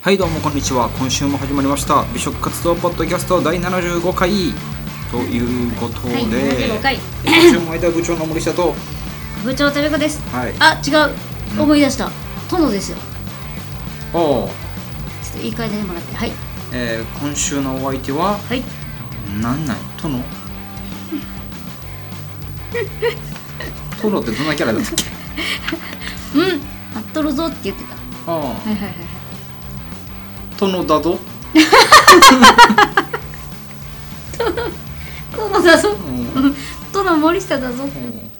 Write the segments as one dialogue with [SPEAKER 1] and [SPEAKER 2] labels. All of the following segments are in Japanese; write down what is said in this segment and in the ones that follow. [SPEAKER 1] はいどうもこんにちは今週も始まりました美食活動ポッドキャスト第75回ということで、
[SPEAKER 2] はい、75回
[SPEAKER 1] 今週も間部長の森下と
[SPEAKER 2] 部長照子です
[SPEAKER 1] はい
[SPEAKER 2] あ違
[SPEAKER 1] うん
[SPEAKER 2] う思い出した殿ですよ
[SPEAKER 1] おう
[SPEAKER 2] ちょっと言い換えてもらってはい
[SPEAKER 1] えー今週のお相手は
[SPEAKER 2] はい
[SPEAKER 1] なんない 殿殿ってどんなキャラだ ったっけ
[SPEAKER 2] うん待っとるぞって言ってたは
[SPEAKER 1] ああ
[SPEAKER 2] いはいはいはい
[SPEAKER 1] 殿だぞ
[SPEAKER 2] 殿だぞ
[SPEAKER 1] うん
[SPEAKER 2] うん 殿森下だぞ
[SPEAKER 1] う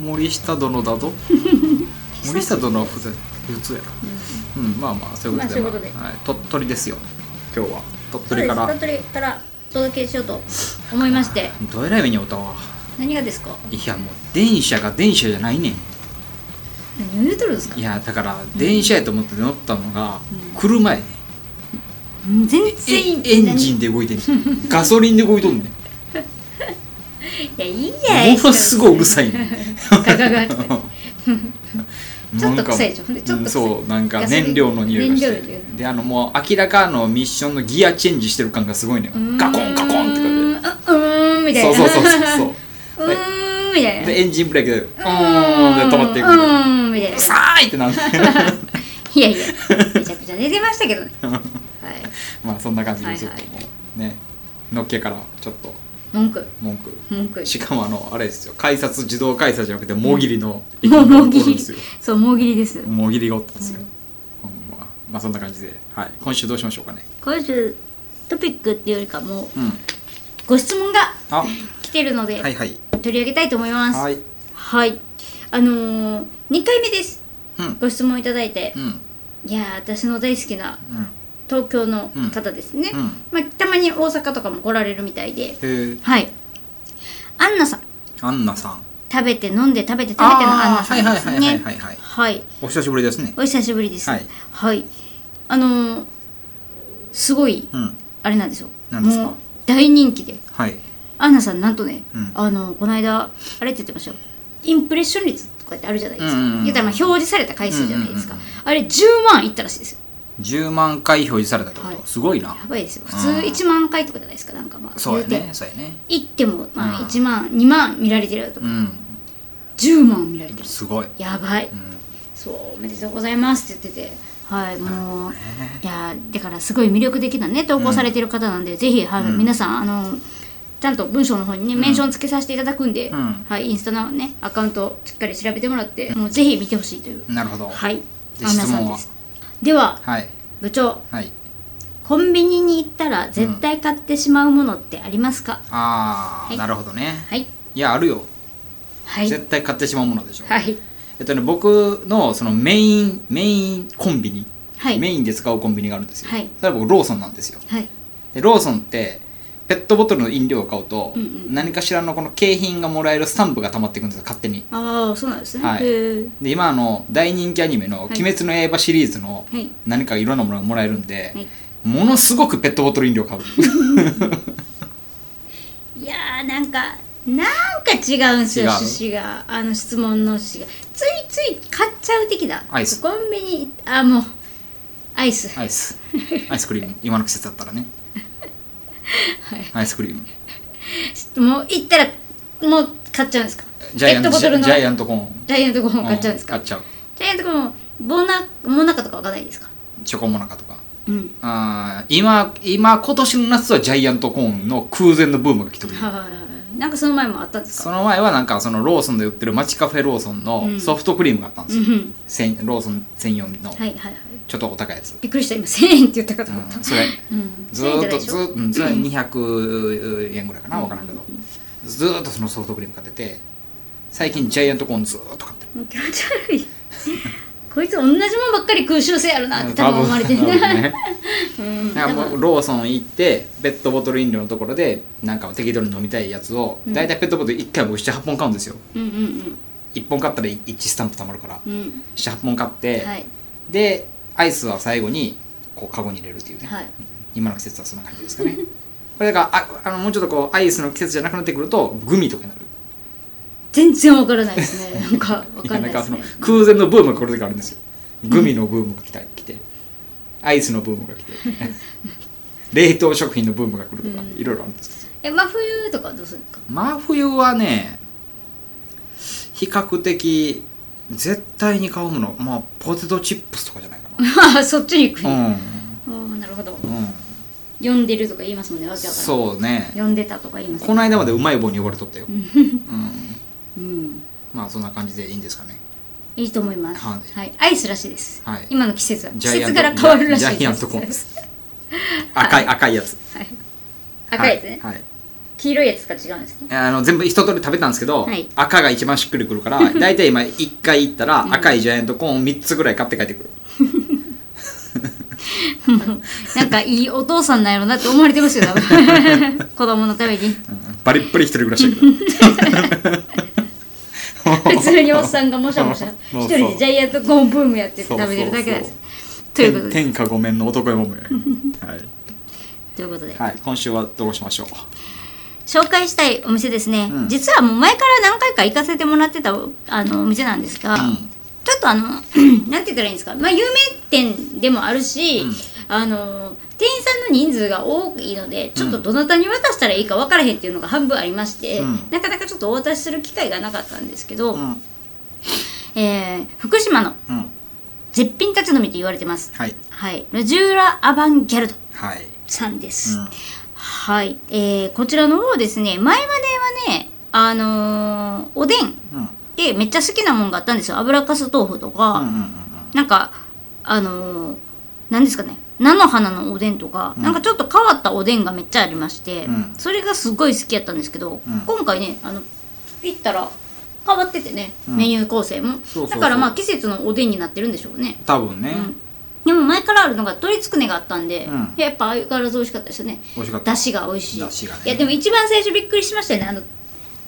[SPEAKER 1] ん森下殿だ ぞ森下殿は普通普通やなうんまあまあそういうことで,、
[SPEAKER 2] まあそういうことで
[SPEAKER 1] はい、鳥取ですよ今日は鳥取か
[SPEAKER 2] そ
[SPEAKER 1] ら
[SPEAKER 2] うです鳥取からお届けしようと思いまして
[SPEAKER 1] どえらい目に遭うたわ
[SPEAKER 2] 何がですか
[SPEAKER 1] いやもう電車が電車じゃないねん
[SPEAKER 2] 何を言うとるんですか
[SPEAKER 1] いやだから電車やと思って乗ったのが
[SPEAKER 2] うん
[SPEAKER 1] 車やねん
[SPEAKER 2] うん全
[SPEAKER 1] え
[SPEAKER 2] 然
[SPEAKER 1] エンジンで動いてんねんガソリンで動いとんねん
[SPEAKER 2] 何いやいいや
[SPEAKER 1] ものすごいうるさいね
[SPEAKER 2] ガガガってちょっ
[SPEAKER 1] な
[SPEAKER 2] と
[SPEAKER 1] んか
[SPEAKER 2] 臭いでしょちょっと
[SPEAKER 1] うん
[SPEAKER 2] 臭い
[SPEAKER 1] そうなんか
[SPEAKER 2] ガソリン
[SPEAKER 1] 燃料の匂いがして
[SPEAKER 2] 燃料の匂い
[SPEAKER 1] であのもう明らかのミッションのギアチェンジしてる感がすごいねガコンガコンって感じ
[SPEAKER 2] うーんうーんみたい
[SPEAKER 1] そうそ
[SPEAKER 2] な
[SPEAKER 1] う そうそう
[SPEAKER 2] うーんみたいな
[SPEAKER 1] でエンジンブレーキでうーんで止まっていく
[SPEAKER 2] う
[SPEAKER 1] みたいな
[SPEAKER 2] ーんみたいうな
[SPEAKER 1] さーいってなんで
[SPEAKER 2] いやいやめちゃくちゃ寝てましたけどねはい
[SPEAKER 1] まあそんな感じでちょっと
[SPEAKER 2] はい
[SPEAKER 1] もうねのっけからちょっと
[SPEAKER 2] 文句
[SPEAKER 1] 文句
[SPEAKER 2] 文句
[SPEAKER 1] しかもあのあれですよ改札自動改札じゃなくてもぎりの意
[SPEAKER 2] もう
[SPEAKER 1] 見が
[SPEAKER 2] もう
[SPEAKER 1] 起
[SPEAKER 2] ぎ
[SPEAKER 1] こるん
[SPEAKER 2] り
[SPEAKER 1] ですよ
[SPEAKER 2] そうもうぎりで す
[SPEAKER 1] もぎりがおったんですよ、ほんままあそんな感じで、はい、今週どうしましょうかね
[SPEAKER 2] 今週トピックっていうよりかもう
[SPEAKER 1] うん
[SPEAKER 2] ご質問が
[SPEAKER 1] あ
[SPEAKER 2] 来てるので、
[SPEAKER 1] はいはい
[SPEAKER 2] 取り上げたいと思います
[SPEAKER 1] は
[SPEAKER 2] はい、
[SPEAKER 1] い
[SPEAKER 2] あのー、2回目です
[SPEAKER 1] うん
[SPEAKER 2] ご質問いただいて
[SPEAKER 1] う、ん
[SPEAKER 2] いやー私の大好きな
[SPEAKER 1] うん
[SPEAKER 2] 東京の方ですね、
[SPEAKER 1] うんうん
[SPEAKER 2] まあ、たまに大阪とかも来られるみたいで
[SPEAKER 1] えー、
[SPEAKER 2] はいアンナさん
[SPEAKER 1] アンナさん
[SPEAKER 2] 食べて飲んで食べて食べてのアンナさんです
[SPEAKER 1] あーはいはいはい
[SPEAKER 2] ね
[SPEAKER 1] はいはい
[SPEAKER 2] はい
[SPEAKER 1] お久しぶりですね
[SPEAKER 2] お久しぶりです。
[SPEAKER 1] はい、
[SPEAKER 2] あのーすごい、
[SPEAKER 1] うん
[SPEAKER 2] あれなんですよ。
[SPEAKER 1] 何ですか
[SPEAKER 2] もう大人気で、
[SPEAKER 1] はい
[SPEAKER 2] アンナさんなんとね、
[SPEAKER 1] うん
[SPEAKER 2] あのこの間あれって言ってましたよ。インプレッション率とかってあるじゃないですか。
[SPEAKER 1] うんうんうん
[SPEAKER 2] 言ったらまあ表示された回数じゃないですか。
[SPEAKER 1] うんうん
[SPEAKER 2] あれ10万いったらしいですよ。
[SPEAKER 1] 10万回表示されたってこと、
[SPEAKER 2] はい
[SPEAKER 1] すごいな
[SPEAKER 2] やばいですよ。普
[SPEAKER 1] うん
[SPEAKER 2] 通1万回とかじゃないですか。なんかまあ
[SPEAKER 1] そうや
[SPEAKER 2] 言う
[SPEAKER 1] ね
[SPEAKER 2] て
[SPEAKER 1] そうやね
[SPEAKER 2] 行ってもまあ
[SPEAKER 1] うん
[SPEAKER 2] 1万、2万見られてるとか、
[SPEAKER 1] うん
[SPEAKER 2] 10万見られてる。
[SPEAKER 1] すごい、
[SPEAKER 2] やばい。
[SPEAKER 1] うん、
[SPEAKER 2] そうおめでとうございますって言っててはいも
[SPEAKER 1] な
[SPEAKER 2] う、
[SPEAKER 1] るほどね
[SPEAKER 2] いやだからすごい魅力的なね投稿されてる方なんで、ぜひ、はい
[SPEAKER 1] うん
[SPEAKER 2] 皆さんあのちゃんと文章の方にね、メンションつけさせていただくんで、
[SPEAKER 1] うん
[SPEAKER 2] はい、インスタのねアカウントしっかり調べてもらって、もうぜひ見てほしいという、
[SPEAKER 1] なるほど
[SPEAKER 2] はい
[SPEAKER 1] で
[SPEAKER 2] アンナさんで
[SPEAKER 1] 質
[SPEAKER 2] すでは
[SPEAKER 1] はい
[SPEAKER 2] 部長
[SPEAKER 1] はい
[SPEAKER 2] コンビニに行ったら絶対買ってしまうものってありますか、
[SPEAKER 1] ああ、
[SPEAKER 2] はい
[SPEAKER 1] なるほどね
[SPEAKER 2] はい
[SPEAKER 1] いやあるよ、
[SPEAKER 2] はい
[SPEAKER 1] 絶対買ってしまうものでしょ、
[SPEAKER 2] はい
[SPEAKER 1] えっとね僕のそのメインメインコンビニ、
[SPEAKER 2] はい
[SPEAKER 1] メインで使うコンビニがあるんですよ、
[SPEAKER 2] はい
[SPEAKER 1] それは僕ローソンなんですよ
[SPEAKER 2] はい
[SPEAKER 1] でローソンってペットボトルの飲料を買うと、
[SPEAKER 2] うんうん
[SPEAKER 1] 何かしらのこの景品がもらえるスタンプが溜まっていくんですよ勝手に
[SPEAKER 2] ああそうなんですね、
[SPEAKER 1] はい
[SPEAKER 2] へー
[SPEAKER 1] で今あの大人気アニメの「
[SPEAKER 2] はい
[SPEAKER 1] 鬼滅の刃」シリーズの
[SPEAKER 2] はい
[SPEAKER 1] 何かいろんなものがもらえるんで、
[SPEAKER 2] はい
[SPEAKER 1] ものすごくペットボトル飲料買う
[SPEAKER 2] いやーなんかなんか違うんですよ
[SPEAKER 1] 違う
[SPEAKER 2] 趣旨があの質問の趣旨がついつい買っちゃう的だ
[SPEAKER 1] アイス
[SPEAKER 2] コンビニあもうアイス
[SPEAKER 1] アイスアイスクリーム今の季節だったらね
[SPEAKER 2] はい
[SPEAKER 1] アイスクリーム
[SPEAKER 2] もう行ったらもう買っちゃうんですか
[SPEAKER 1] ジャイアン
[SPEAKER 2] ペ
[SPEAKER 1] ト
[SPEAKER 2] ットボ
[SPEAKER 1] ジ
[SPEAKER 2] トル
[SPEAKER 1] ャ
[SPEAKER 2] の
[SPEAKER 1] ジ
[SPEAKER 2] ジ
[SPEAKER 1] ャ
[SPEAKER 2] ャ
[SPEAKER 1] イアントコーン
[SPEAKER 2] イアントコーンを買っちゃうんですか、
[SPEAKER 1] 買っちゃう
[SPEAKER 2] ジャイアントコーンボナモナカとかわかんないですか
[SPEAKER 1] チョコモナカとか
[SPEAKER 2] うん
[SPEAKER 1] あー今今今年の夏はジャイアントコーンの空前のブームが来てる
[SPEAKER 2] はいはいはいなんかその前もあったんです
[SPEAKER 1] そ
[SPEAKER 2] か
[SPEAKER 1] の前はなんかそのローソンで売ってるマチカフェローソン
[SPEAKER 2] う
[SPEAKER 1] の
[SPEAKER 2] ん
[SPEAKER 1] ソフトクリームがあったんです
[SPEAKER 2] うん
[SPEAKER 1] よ、
[SPEAKER 2] うん
[SPEAKER 1] せんローソン専用の
[SPEAKER 2] はいはいはい
[SPEAKER 1] ちょっとお高いやつ、
[SPEAKER 2] びっくりした今1000円って言ったかと思った、
[SPEAKER 1] うんそれ
[SPEAKER 2] うん
[SPEAKER 1] ず
[SPEAKER 2] 1000円
[SPEAKER 1] ーっ
[SPEAKER 2] じゃない
[SPEAKER 1] と
[SPEAKER 2] でし
[SPEAKER 1] ず
[SPEAKER 2] ょ
[SPEAKER 1] ーうんそれは200円ぐらいかな分からんけどずーっとそのソフトクリーム買ってて最近ジャイアントコーンずーっと買ってる
[SPEAKER 2] もう気持ち悪いこいつ同じもんばっかり空襲性あるなって多分思われてる
[SPEAKER 1] 多分
[SPEAKER 2] ね
[SPEAKER 1] ね
[SPEAKER 2] うん
[SPEAKER 1] なんか
[SPEAKER 2] 多
[SPEAKER 1] もう
[SPEAKER 2] 分
[SPEAKER 1] ローソン行ってペットボトル飲料のところでなんか適当に飲みたいやつを
[SPEAKER 2] うん
[SPEAKER 1] 大体、ペットボトル1回僕78本買うんですよ
[SPEAKER 2] うんうん
[SPEAKER 1] 1本買ったら1スタンプ貯まるから
[SPEAKER 2] うんうん
[SPEAKER 1] 78本買って、
[SPEAKER 2] はい
[SPEAKER 1] でアイスは最後にこうカゴに入れるっていうね、
[SPEAKER 2] はい
[SPEAKER 1] 今の季節はそんな感じですかねこれがああのもうちょっとこうアイスの季節じゃなくなってくるとグミとかになる
[SPEAKER 2] 全然わからないです ねなんかわかん
[SPEAKER 1] や
[SPEAKER 2] ないで
[SPEAKER 1] んか
[SPEAKER 2] す
[SPEAKER 1] その
[SPEAKER 2] ね
[SPEAKER 1] 空前のブームがこれであるんですよグミのブームが来た来てアイスのブームが 来て冷凍食品のブームが来るとか、
[SPEAKER 2] うん
[SPEAKER 1] いろいろあるんですけ
[SPEAKER 2] え真冬とかどうするんですか
[SPEAKER 1] ど真冬はね比較的絶対に買うものまあポテトチップスとかじゃないか
[SPEAKER 2] あ そっちに行く、
[SPEAKER 1] なうん、
[SPEAKER 2] ああなるほど
[SPEAKER 1] うん、
[SPEAKER 2] 呼んでるとか言いますもんねわけわからん
[SPEAKER 1] そうね
[SPEAKER 2] 呼んでたとか言います
[SPEAKER 1] この間までうまい棒に呼ばれとったよ、
[SPEAKER 2] うん
[SPEAKER 1] うん、
[SPEAKER 2] うん
[SPEAKER 1] まあそんな感じでいいんですかね
[SPEAKER 2] いいと思います
[SPEAKER 1] は
[SPEAKER 2] はいい、アイスらしいです、
[SPEAKER 1] はい
[SPEAKER 2] 今の季節は季
[SPEAKER 1] ジャイアント
[SPEAKER 2] 節から変わるらしいです
[SPEAKER 1] ジャイアントコーンです赤い赤いやつ
[SPEAKER 2] はい、赤いやつね、
[SPEAKER 1] はい、はい
[SPEAKER 2] 黄色いやつとか違うんですね
[SPEAKER 1] あの全部一通り食べたんですけど、
[SPEAKER 2] はい
[SPEAKER 1] 赤が一番しっくりくる から大体今1回行ったら赤いジャイアントコーンを3つぐらい買って帰ってくる、
[SPEAKER 2] なんかいいお父さんなんやろなって思われてますよ多分 子供のために
[SPEAKER 1] うんバリッバリ一人暮らしだけど
[SPEAKER 2] 普通におっさんがもし ゃもしゃ
[SPEAKER 1] もう
[SPEAKER 2] 一人でジャイアントコーンブームやって食べてるだけなんですということで
[SPEAKER 1] 天下御免の男山もや、はい
[SPEAKER 2] ということで、
[SPEAKER 1] はい、今週はどうしましょう
[SPEAKER 2] 紹介したいお店ですね、
[SPEAKER 1] うん
[SPEAKER 2] 実はもう前から何回か行かせてもらってたあのお店なんですが、
[SPEAKER 1] うん
[SPEAKER 2] ちょっとあの なんて言ったらいいんですか、まあ、有名店でもあるし、
[SPEAKER 1] うん
[SPEAKER 2] あの店員さんの人数が多いのでちょっとどなたに渡したらいいか分からへんっていうのが半分ありまして、
[SPEAKER 1] うん
[SPEAKER 2] なかなかちょっとお渡しする機会がなかったんですけど、
[SPEAKER 1] うん、うん、
[SPEAKER 2] えー福島の絶品立ち飲みと言われてます、
[SPEAKER 1] はい
[SPEAKER 2] はい、ラジューラ・アバンギャルド
[SPEAKER 1] はい、
[SPEAKER 2] さんです、
[SPEAKER 1] うん
[SPEAKER 2] はい、えーこちらの方ですね前まではねあのーおでん
[SPEAKER 1] うん、
[SPEAKER 2] でめっちゃ好きなもんがあったんですよ油かす豆腐とか、
[SPEAKER 1] うんうんうん
[SPEAKER 2] なんかあのーなんですかね菜の花のおでんとか、
[SPEAKER 1] うん
[SPEAKER 2] なんかちょっと変わったおでんがめっちゃありまして、
[SPEAKER 1] うん
[SPEAKER 2] それがすごい好きやったんですけど、
[SPEAKER 1] うん
[SPEAKER 2] 今回ねあの切ったら変わっててね、
[SPEAKER 1] うん
[SPEAKER 2] メニュー構成も
[SPEAKER 1] そうそうそう
[SPEAKER 2] だからまあ季節のおでんになってるんでしょうね
[SPEAKER 1] 多分ね、
[SPEAKER 2] うんでも前からあるのが鶏つくねがあったんで、
[SPEAKER 1] うん
[SPEAKER 2] やっぱ相変わらず美味しかったですよね
[SPEAKER 1] 美味しかった
[SPEAKER 2] だしが美味しい
[SPEAKER 1] 出汁がね
[SPEAKER 2] いやでも一番最初びっくりしましたよねあの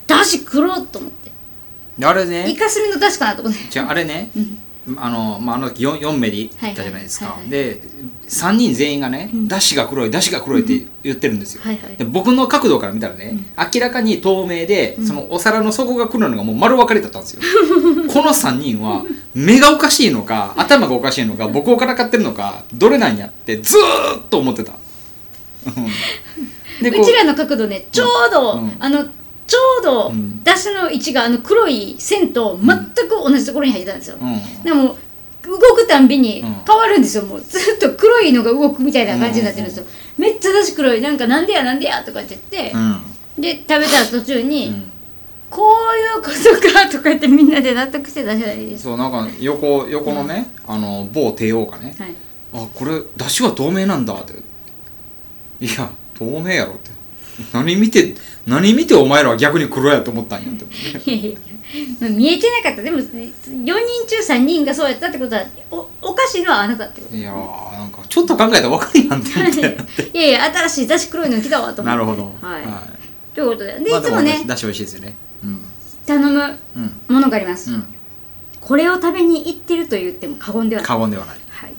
[SPEAKER 2] だし黒っと思って
[SPEAKER 1] あれ
[SPEAKER 2] イ
[SPEAKER 1] ね
[SPEAKER 2] カスミのだしかなと思って
[SPEAKER 1] じゃああれね
[SPEAKER 2] うん
[SPEAKER 1] あのまあ、あの時 4, 4名で行ったじゃないですか、
[SPEAKER 2] はいはいはいはい
[SPEAKER 1] で3人全員がね
[SPEAKER 2] う
[SPEAKER 1] 「
[SPEAKER 2] ん
[SPEAKER 1] だしが黒いだしが黒い」って言ってるんですよ、
[SPEAKER 2] はいはい
[SPEAKER 1] で僕の角度から見たらね、明らかに透明で、
[SPEAKER 2] うん
[SPEAKER 1] そのお皿の底が黒いのがもう丸分かれだったんですよ この3人は目がおかしいのか頭がおかしいのか僕をからかってるのかどれなんやってずーっと思ってたうんで
[SPEAKER 2] うちらの角度ねちょうど、
[SPEAKER 1] うん
[SPEAKER 2] あのちょうど、
[SPEAKER 1] うん
[SPEAKER 2] だしの位置があの黒い線と全く同じところに入ってたんですよ、
[SPEAKER 1] うん
[SPEAKER 2] でも動くたんびに
[SPEAKER 1] うん
[SPEAKER 2] 変わるんですよ、もう ずっと黒いのが動くみたいな感じになってるんですよ、めっちゃだし黒いなんかなんでやなんでやとかって言って、
[SPEAKER 1] うん
[SPEAKER 2] で食べたら途中に、
[SPEAKER 1] う
[SPEAKER 2] こういうことかとか言ってみんなで納得して出せないで
[SPEAKER 1] ん、
[SPEAKER 2] す。
[SPEAKER 1] そうなんか横横のね、あの某帝王がね、
[SPEAKER 2] はい。
[SPEAKER 1] あこれ出汁は透明なんだっていや透明やろって何見て何見てお前らは逆に黒やと思ったんやって
[SPEAKER 2] いやいやまあ見えてなかった。でも4人中3人がそうやったってことはおおかしいのはあなたってこと。
[SPEAKER 1] いやーなんかちょっと考えたら分かるやんって思って
[SPEAKER 2] いやいや新しい出し黒いの来たわと思っ
[SPEAKER 1] な
[SPEAKER 2] て。
[SPEAKER 1] るほど
[SPEAKER 2] はい。
[SPEAKER 1] は
[SPEAKER 2] ということでで、
[SPEAKER 1] まあ
[SPEAKER 2] いつもね
[SPEAKER 1] 出汁美味しいですよねうん
[SPEAKER 2] 頼む
[SPEAKER 1] うん
[SPEAKER 2] ものがあります、
[SPEAKER 1] う
[SPEAKER 2] これを食べに行ってると言っても過言では
[SPEAKER 1] ん
[SPEAKER 2] ない。
[SPEAKER 1] 過言ではない
[SPEAKER 2] はい。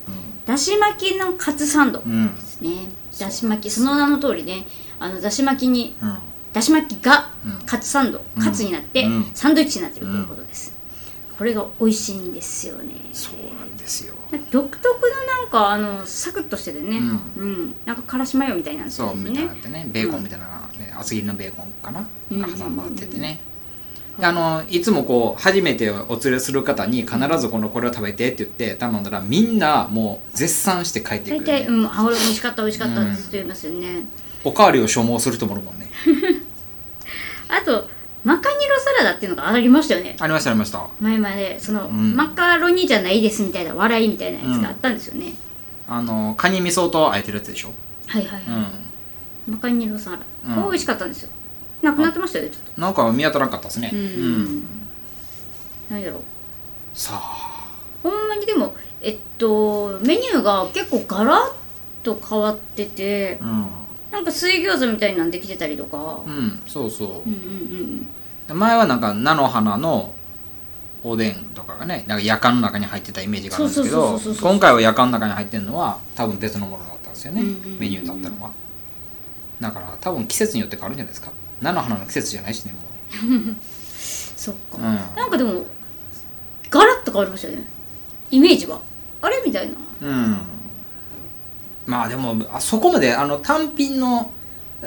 [SPEAKER 2] だし巻きのカツサンド
[SPEAKER 1] う
[SPEAKER 2] で
[SPEAKER 1] んうん
[SPEAKER 2] すね。だし巻きその名の通りね、あのだし巻きに
[SPEAKER 1] うん
[SPEAKER 2] だし巻きが
[SPEAKER 1] うん
[SPEAKER 2] カツサンド、
[SPEAKER 1] うん
[SPEAKER 2] カツになって、
[SPEAKER 1] うん
[SPEAKER 2] サンドイッチになってるということです、これが美味しいんですよね
[SPEAKER 1] そうなんですよ
[SPEAKER 2] 独特のなんかあのサクッとしててね、
[SPEAKER 1] う
[SPEAKER 2] うんなんかからしマヨみたいなんです
[SPEAKER 1] そ
[SPEAKER 2] よ
[SPEAKER 1] うみたい
[SPEAKER 2] ね
[SPEAKER 1] なのってねベーコンみたいな、ね厚切りのベーコンかな、
[SPEAKER 2] うん
[SPEAKER 1] が挟まっててね、
[SPEAKER 2] うんうん
[SPEAKER 1] あのいつもこう初めてお連れする方に必ずこのこれを食べてって言って頼んだらみんなもう絶賛して帰ってく
[SPEAKER 2] 大
[SPEAKER 1] る、
[SPEAKER 2] 体、
[SPEAKER 1] ね
[SPEAKER 2] うん、あ俺美味しかった美味しかった
[SPEAKER 1] う
[SPEAKER 2] っ
[SPEAKER 1] ん
[SPEAKER 2] てずっと言いますよね、
[SPEAKER 1] おかわりを所望すると思うもんね
[SPEAKER 2] あとマカニロサラダっていうのがありましたよね
[SPEAKER 1] ありましたありました
[SPEAKER 2] 前までその、
[SPEAKER 1] うん
[SPEAKER 2] マカロニじゃないですみたいな笑いみたいなやつがあったんですよね、
[SPEAKER 1] あのカニ味噌とあえてるやつでしょ
[SPEAKER 2] はいはい、
[SPEAKER 1] う
[SPEAKER 2] はい
[SPEAKER 1] ん
[SPEAKER 2] マカニロサラダ、
[SPEAKER 1] うん
[SPEAKER 2] これ美味しかったんですよなくなってましたよねちょっ
[SPEAKER 1] なんか見当たらんかったですね
[SPEAKER 2] とうん、
[SPEAKER 1] うん
[SPEAKER 2] なんやろう
[SPEAKER 1] さあ
[SPEAKER 2] ほんまにでもえっとメニューが結構ガラッと変わってて
[SPEAKER 1] うん、
[SPEAKER 2] なんか水餃子みたいなんできてたりとか、
[SPEAKER 1] うん、そうそ
[SPEAKER 2] うん、うんうん
[SPEAKER 1] う前はなんか菜の花のおでんとかがねなんかやかんの中に入ってたイメージがあるんですけ
[SPEAKER 2] そ
[SPEAKER 1] ど
[SPEAKER 2] うそうそうそうそう
[SPEAKER 1] 今回はやかんの中に入ってるのは多分別のものだったんですよね、
[SPEAKER 2] うんうんうん
[SPEAKER 1] メニューだったのはだから多分季節によって変わるんじゃないですか菜の花の季節じゃないしねも
[SPEAKER 2] そっか、
[SPEAKER 1] う、う
[SPEAKER 2] なんかでもガラッと変わりましたよねイメージがあれみたいなん
[SPEAKER 1] うん、まあでもあそこまであの単品の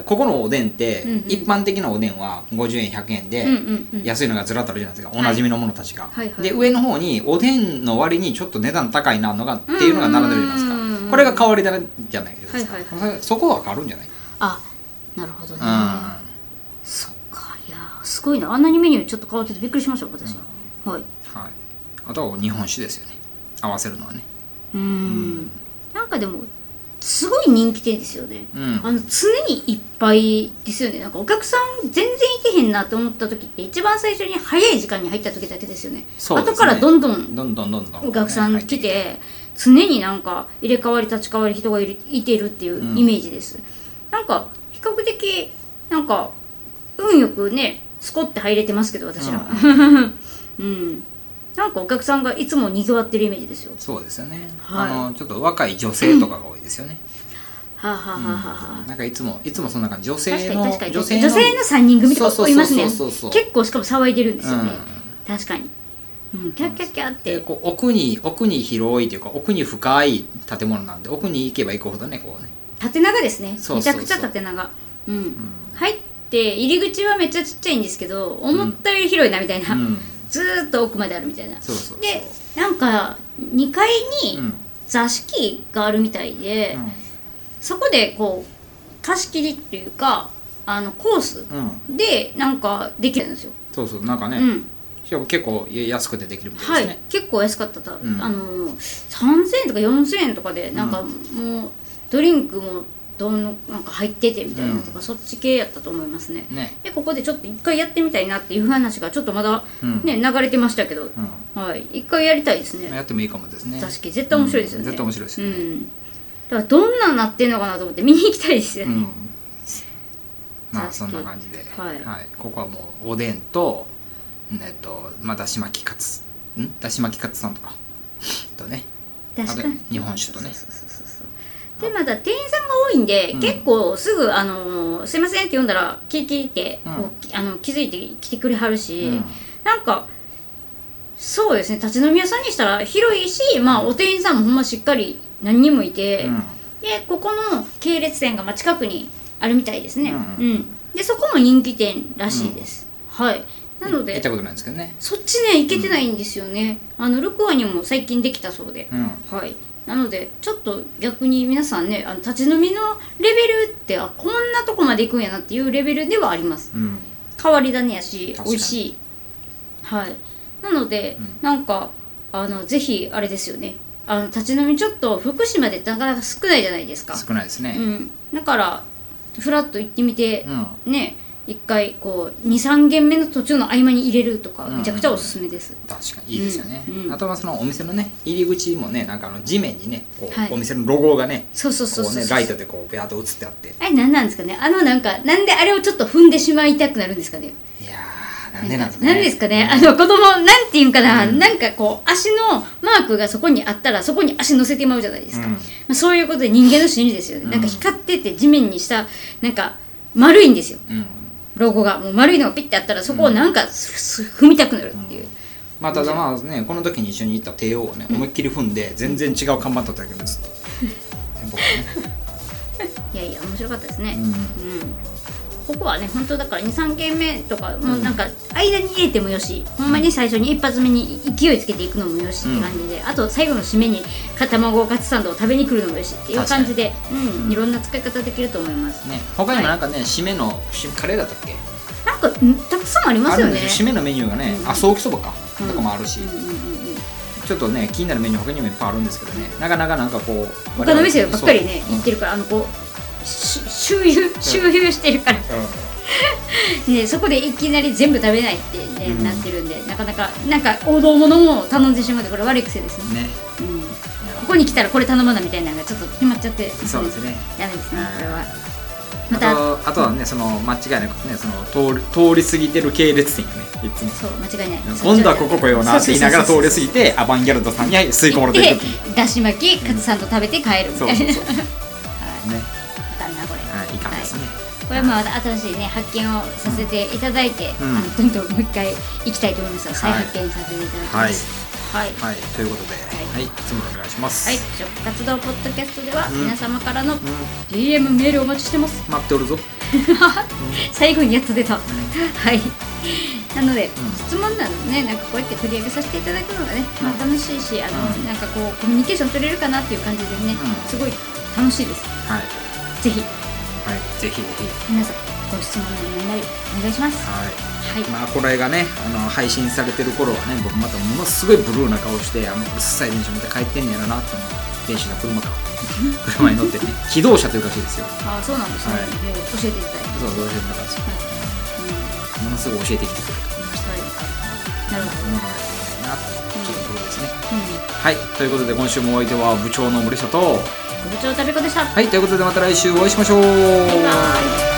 [SPEAKER 1] ここのおでんって、
[SPEAKER 2] うんうん
[SPEAKER 1] 一般的なおでんは50円100円で、
[SPEAKER 2] うんうんうん
[SPEAKER 1] 安いのがずらっとあるじゃないですか、
[SPEAKER 2] い
[SPEAKER 1] おなじみのものたちが、
[SPEAKER 2] はいはい
[SPEAKER 1] で上の方におでんの割にちょっと値段高いなのがっていうのが並んでるじゃないですか、
[SPEAKER 2] うんうんうんうん
[SPEAKER 1] これが変わりだじゃないですか、
[SPEAKER 2] はいはい
[SPEAKER 1] そそこは変わるんじゃない、
[SPEAKER 2] あなるほどね、
[SPEAKER 1] うん
[SPEAKER 2] そっかいやーすごいなあんなにメニューちょっと変わっててびっくりしました私、はい
[SPEAKER 1] はい、あとは日本酒ですよね合わせるのはね
[SPEAKER 2] うーんなんかでもすごい人気店ですよね、
[SPEAKER 1] うん
[SPEAKER 2] あの常にいっぱいですよねなんかお客さん全然いけへんなと思った時って一番最初に早い時間に入った時だけですよね
[SPEAKER 1] そうですね
[SPEAKER 2] 後からどんどん
[SPEAKER 1] どんどんどんどん
[SPEAKER 2] お客さん来て常になんか入れ替わり立ち替わり人がいるいてるっていう
[SPEAKER 1] うん
[SPEAKER 2] イメージです、なんか比較的なんか運よくねスコって入れてますけど私ら、 うんなんかお客さんがいつもにぎわってるイメージですよ
[SPEAKER 1] そうですよね、
[SPEAKER 2] はい
[SPEAKER 1] あのちょっと若い女性とかが多いですよね、
[SPEAKER 2] はあ、はあはあはあはあ
[SPEAKER 1] なんかいつもいつもそんな感じ女
[SPEAKER 2] 確
[SPEAKER 1] 性
[SPEAKER 2] か
[SPEAKER 1] の
[SPEAKER 2] に確かに
[SPEAKER 1] 女
[SPEAKER 2] 女
[SPEAKER 1] 性
[SPEAKER 2] 性
[SPEAKER 1] の
[SPEAKER 2] の三人組と
[SPEAKER 1] そう
[SPEAKER 2] か
[SPEAKER 1] そうそう
[SPEAKER 2] いますね
[SPEAKER 1] そうそうそう
[SPEAKER 2] 結構しかも騒いでるんですよね、
[SPEAKER 1] う
[SPEAKER 2] 確かに、うん、キャッキャッキャッっ
[SPEAKER 1] で
[SPEAKER 2] て
[SPEAKER 1] こう奥に奥に広いというか奥に深い建物なんで奥に行けば行くほどねこうね
[SPEAKER 2] 縦長ですね
[SPEAKER 1] そうそうそう
[SPEAKER 2] めちゃくちゃ縦長うん、入って入り口はめっちゃちっちゃいんですけど思ったより広いなみたいな、
[SPEAKER 1] うん
[SPEAKER 2] ずーっと奥まであるみたいな
[SPEAKER 1] そうそうそう
[SPEAKER 2] でなんか2階
[SPEAKER 1] う
[SPEAKER 2] に
[SPEAKER 1] ん
[SPEAKER 2] 座敷があるみたいで、そこでこう貸し切りっていうかあのコース
[SPEAKER 1] うん、うん、
[SPEAKER 2] でなんかできるんですよ、
[SPEAKER 1] そうそうなんかね、
[SPEAKER 2] うん
[SPEAKER 1] しかも結構安くてできるみた
[SPEAKER 2] はいい、
[SPEAKER 1] ですね、
[SPEAKER 2] 結構安かったと、
[SPEAKER 1] ん
[SPEAKER 2] あの3000円とか4000円とかでなんかもうドリンクもどんのなんか入っててみたいなとか、
[SPEAKER 1] う
[SPEAKER 2] そっち系やったと思いますね
[SPEAKER 1] ね
[SPEAKER 2] でここでちょっと一回やってみたいなっていう話がちょっとまだ
[SPEAKER 1] うん
[SPEAKER 2] ね、流れてましたけど、
[SPEAKER 1] う
[SPEAKER 2] はい一回やりたいです
[SPEAKER 1] ん、
[SPEAKER 2] ね
[SPEAKER 1] やってもいいかもですね
[SPEAKER 2] 座敷絶対面白いですよ
[SPEAKER 1] う
[SPEAKER 2] ね、
[SPEAKER 1] ん絶対面白いです
[SPEAKER 2] う
[SPEAKER 1] よね、
[SPEAKER 2] んだからどんなんなってんのかなと思って見に行きたいですよ
[SPEAKER 1] う
[SPEAKER 2] ね、
[SPEAKER 1] んまあ
[SPEAKER 2] 座敷
[SPEAKER 1] そんな感じで、
[SPEAKER 2] はい
[SPEAKER 1] ここはもうおでんと、うんえっとまあ、だし巻きカツんだし巻きカツさんとかとね
[SPEAKER 2] 確かに
[SPEAKER 1] あと日本酒とね
[SPEAKER 2] そうそうそうそうでまた店員さんが多いんで、
[SPEAKER 1] うん
[SPEAKER 2] 結構すぐ「あのーすいません」って呼んだら聞いていて、
[SPEAKER 1] うん
[SPEAKER 2] こうきあの気づいて来てくれはるし、
[SPEAKER 1] うん
[SPEAKER 2] なんかそうですね立ち飲み屋さんにしたら広いし、まあ、お店員さんもほんましっかり何人もいて、
[SPEAKER 1] うん
[SPEAKER 2] でここの系列店がまあ近くにあるみたいですね
[SPEAKER 1] う
[SPEAKER 2] うんん、でそこも人気店らしいです、はいなの
[SPEAKER 1] 行
[SPEAKER 2] で
[SPEAKER 1] ったことないんですけどね
[SPEAKER 2] そっちね行けてないんですよね、あのルクアにも最近できたそうで、
[SPEAKER 1] うん
[SPEAKER 2] はい、なのでちょっと逆に皆さんねあの立ち飲みのレベルってあこんなとこまで行くんやなっていうレベルではあります
[SPEAKER 1] うん
[SPEAKER 2] 変わり種やし
[SPEAKER 1] 確かに
[SPEAKER 2] 美味しいはいなので、
[SPEAKER 1] うん
[SPEAKER 2] なんかあのぜひあれですよねあの立ち飲みちょっと福島でなかなか少ないじゃないですか、
[SPEAKER 1] 少ないですね、
[SPEAKER 2] うん、だからフラッと行ってみて、
[SPEAKER 1] うん
[SPEAKER 2] ね一回こう23軒目の途中の合間に入れるとか
[SPEAKER 1] うん
[SPEAKER 2] めちゃくちゃおすすめです、
[SPEAKER 1] 確かにいいですよね、
[SPEAKER 2] うんうん
[SPEAKER 1] あとはそのお店のね入り口もねなんかあの地面にねこう、
[SPEAKER 2] はい
[SPEAKER 1] お店のロゴがね
[SPEAKER 2] そうそうそう
[SPEAKER 1] こう
[SPEAKER 2] そう
[SPEAKER 1] ね
[SPEAKER 2] そう
[SPEAKER 1] ライトでこうビャーッと映ってあって
[SPEAKER 2] あれ何なんですかねあのなんかなんであれをちょっと踏んでしまいたくなるんですかね
[SPEAKER 1] いやーなんでなんですかね
[SPEAKER 2] なんですかねあの子供なんていうんかな、なんかこう足のマークがそこにあったらそこに足乗せてまうじゃないですか、
[SPEAKER 1] うん
[SPEAKER 2] まあ、そういうことで人間の心理ですよね、なんか光ってて地面にしたなんか丸いんですよ
[SPEAKER 1] うん
[SPEAKER 2] ロゴがもう丸いのがピッてあったらそこをなんかす、す踏みたくなるっていう、
[SPEAKER 1] まあただまあねこの時に一緒に行った帝王をね思いっきり踏んで全然違う看板取っただけどずっ と、ね僕はね
[SPEAKER 2] いやいや面白かったですね、
[SPEAKER 1] う
[SPEAKER 2] うんここはね本当だから23軒目とかもうなんか間に入れてもよし、ほんまに最初に一発目に勢いつけていくのもよしって感じで、あと最後の締めにか卵カツサンドを食べに来るのもよしっていう感じで、うんいろんな使い方できると思います、
[SPEAKER 1] ね他にもなんかね、締めのしカレーだったっけ
[SPEAKER 2] なんかんたくさんありま
[SPEAKER 1] あ
[SPEAKER 2] すよ
[SPEAKER 1] るん
[SPEAKER 2] ね
[SPEAKER 1] ですよ締めのメニューがね、あソーキそばか、とかもあるし、
[SPEAKER 2] うんうんうんうん
[SPEAKER 1] ちょっとね気になるメニュー他にもいっぱいあるんですけどねなかなかなんかこう
[SPEAKER 2] 他の店ばっかりね
[SPEAKER 1] そう
[SPEAKER 2] 行ってるからあのこうし周遊周遊してるから、
[SPEAKER 1] うんうん
[SPEAKER 2] ね、そこでいきなり全部食べないって、ね
[SPEAKER 1] うん
[SPEAKER 2] なってるんでなかなかなんか王道ものも頼んでしまうとこれ悪い癖ですね
[SPEAKER 1] ね
[SPEAKER 2] うんここに来たらこれ頼むなみたいなのがちょっと決まっちゃって
[SPEAKER 1] そうですね
[SPEAKER 2] ダメですねこれはま
[SPEAKER 1] あ
[SPEAKER 2] た
[SPEAKER 1] とあとはねその間違いなくねその通り通り過ぎてる系列店よねいつも
[SPEAKER 2] そう間違いない
[SPEAKER 1] 今度はここ来ようなって言いながら通り過ぎ
[SPEAKER 2] て
[SPEAKER 1] てアバンギャルドさんに吸い込まれていくっていう
[SPEAKER 2] だし巻きカツサンド食べて帰るみ
[SPEAKER 1] そ
[SPEAKER 2] た
[SPEAKER 1] う
[SPEAKER 2] い
[SPEAKER 1] そう
[SPEAKER 2] な
[SPEAKER 1] そうね
[SPEAKER 2] あかんなこれ
[SPEAKER 1] はいいい感じですね
[SPEAKER 2] はいこれはまあ新しいね発見をさせていただいて
[SPEAKER 1] うん
[SPEAKER 2] あのどんどんもう一回行きたいと思います
[SPEAKER 1] い
[SPEAKER 2] 再発見させていただきますはい
[SPEAKER 1] はい、ということで、はい、いつもお願いします。
[SPEAKER 2] はい、食活動ポッドキャストでは
[SPEAKER 1] うん
[SPEAKER 2] 皆様からの
[SPEAKER 1] うん、
[SPEAKER 2] DM メールお待ちしてます。
[SPEAKER 1] 待っておるぞ。
[SPEAKER 2] 最後にやっと出た。はい。なので、
[SPEAKER 1] ん
[SPEAKER 2] 質問なのね、なんかこうやって取り上げさせていただくのがね、まあ
[SPEAKER 1] うん
[SPEAKER 2] 楽しいし、あの、
[SPEAKER 1] うん
[SPEAKER 2] なんかこうコミュニケーション取れるかなっていう感じでね、
[SPEAKER 1] うん
[SPEAKER 2] すごい楽しいです。
[SPEAKER 1] はい、
[SPEAKER 2] ぜひ
[SPEAKER 1] はい、ぜひぜひ。
[SPEAKER 2] 皆さんご質問のお願いお願いします。
[SPEAKER 1] は
[SPEAKER 2] はい。
[SPEAKER 1] い、まあ、これがね、あの配信されてる頃はね、僕またものすごいブルーな顔して、あのうっさい電車見て帰ってんねやろなと思う。電車の車か。車に乗ってね、機動車というらしいですよ。
[SPEAKER 2] あ、そうなんですね。
[SPEAKER 1] はい
[SPEAKER 2] えー教えていただいて。
[SPEAKER 1] そう、どうしてもらったんですよ。
[SPEAKER 2] はい。うん
[SPEAKER 1] ものすごい教えてきてくれたと思いました。
[SPEAKER 2] はい。なるほど。
[SPEAKER 1] ものがないなというところですね。
[SPEAKER 2] うん。
[SPEAKER 1] はい、ということで、今週もお相手は部長の森下と。
[SPEAKER 2] ごちそうたべこでした。
[SPEAKER 1] はい、ということで、また来週お会いしましょう。
[SPEAKER 2] バイバイ。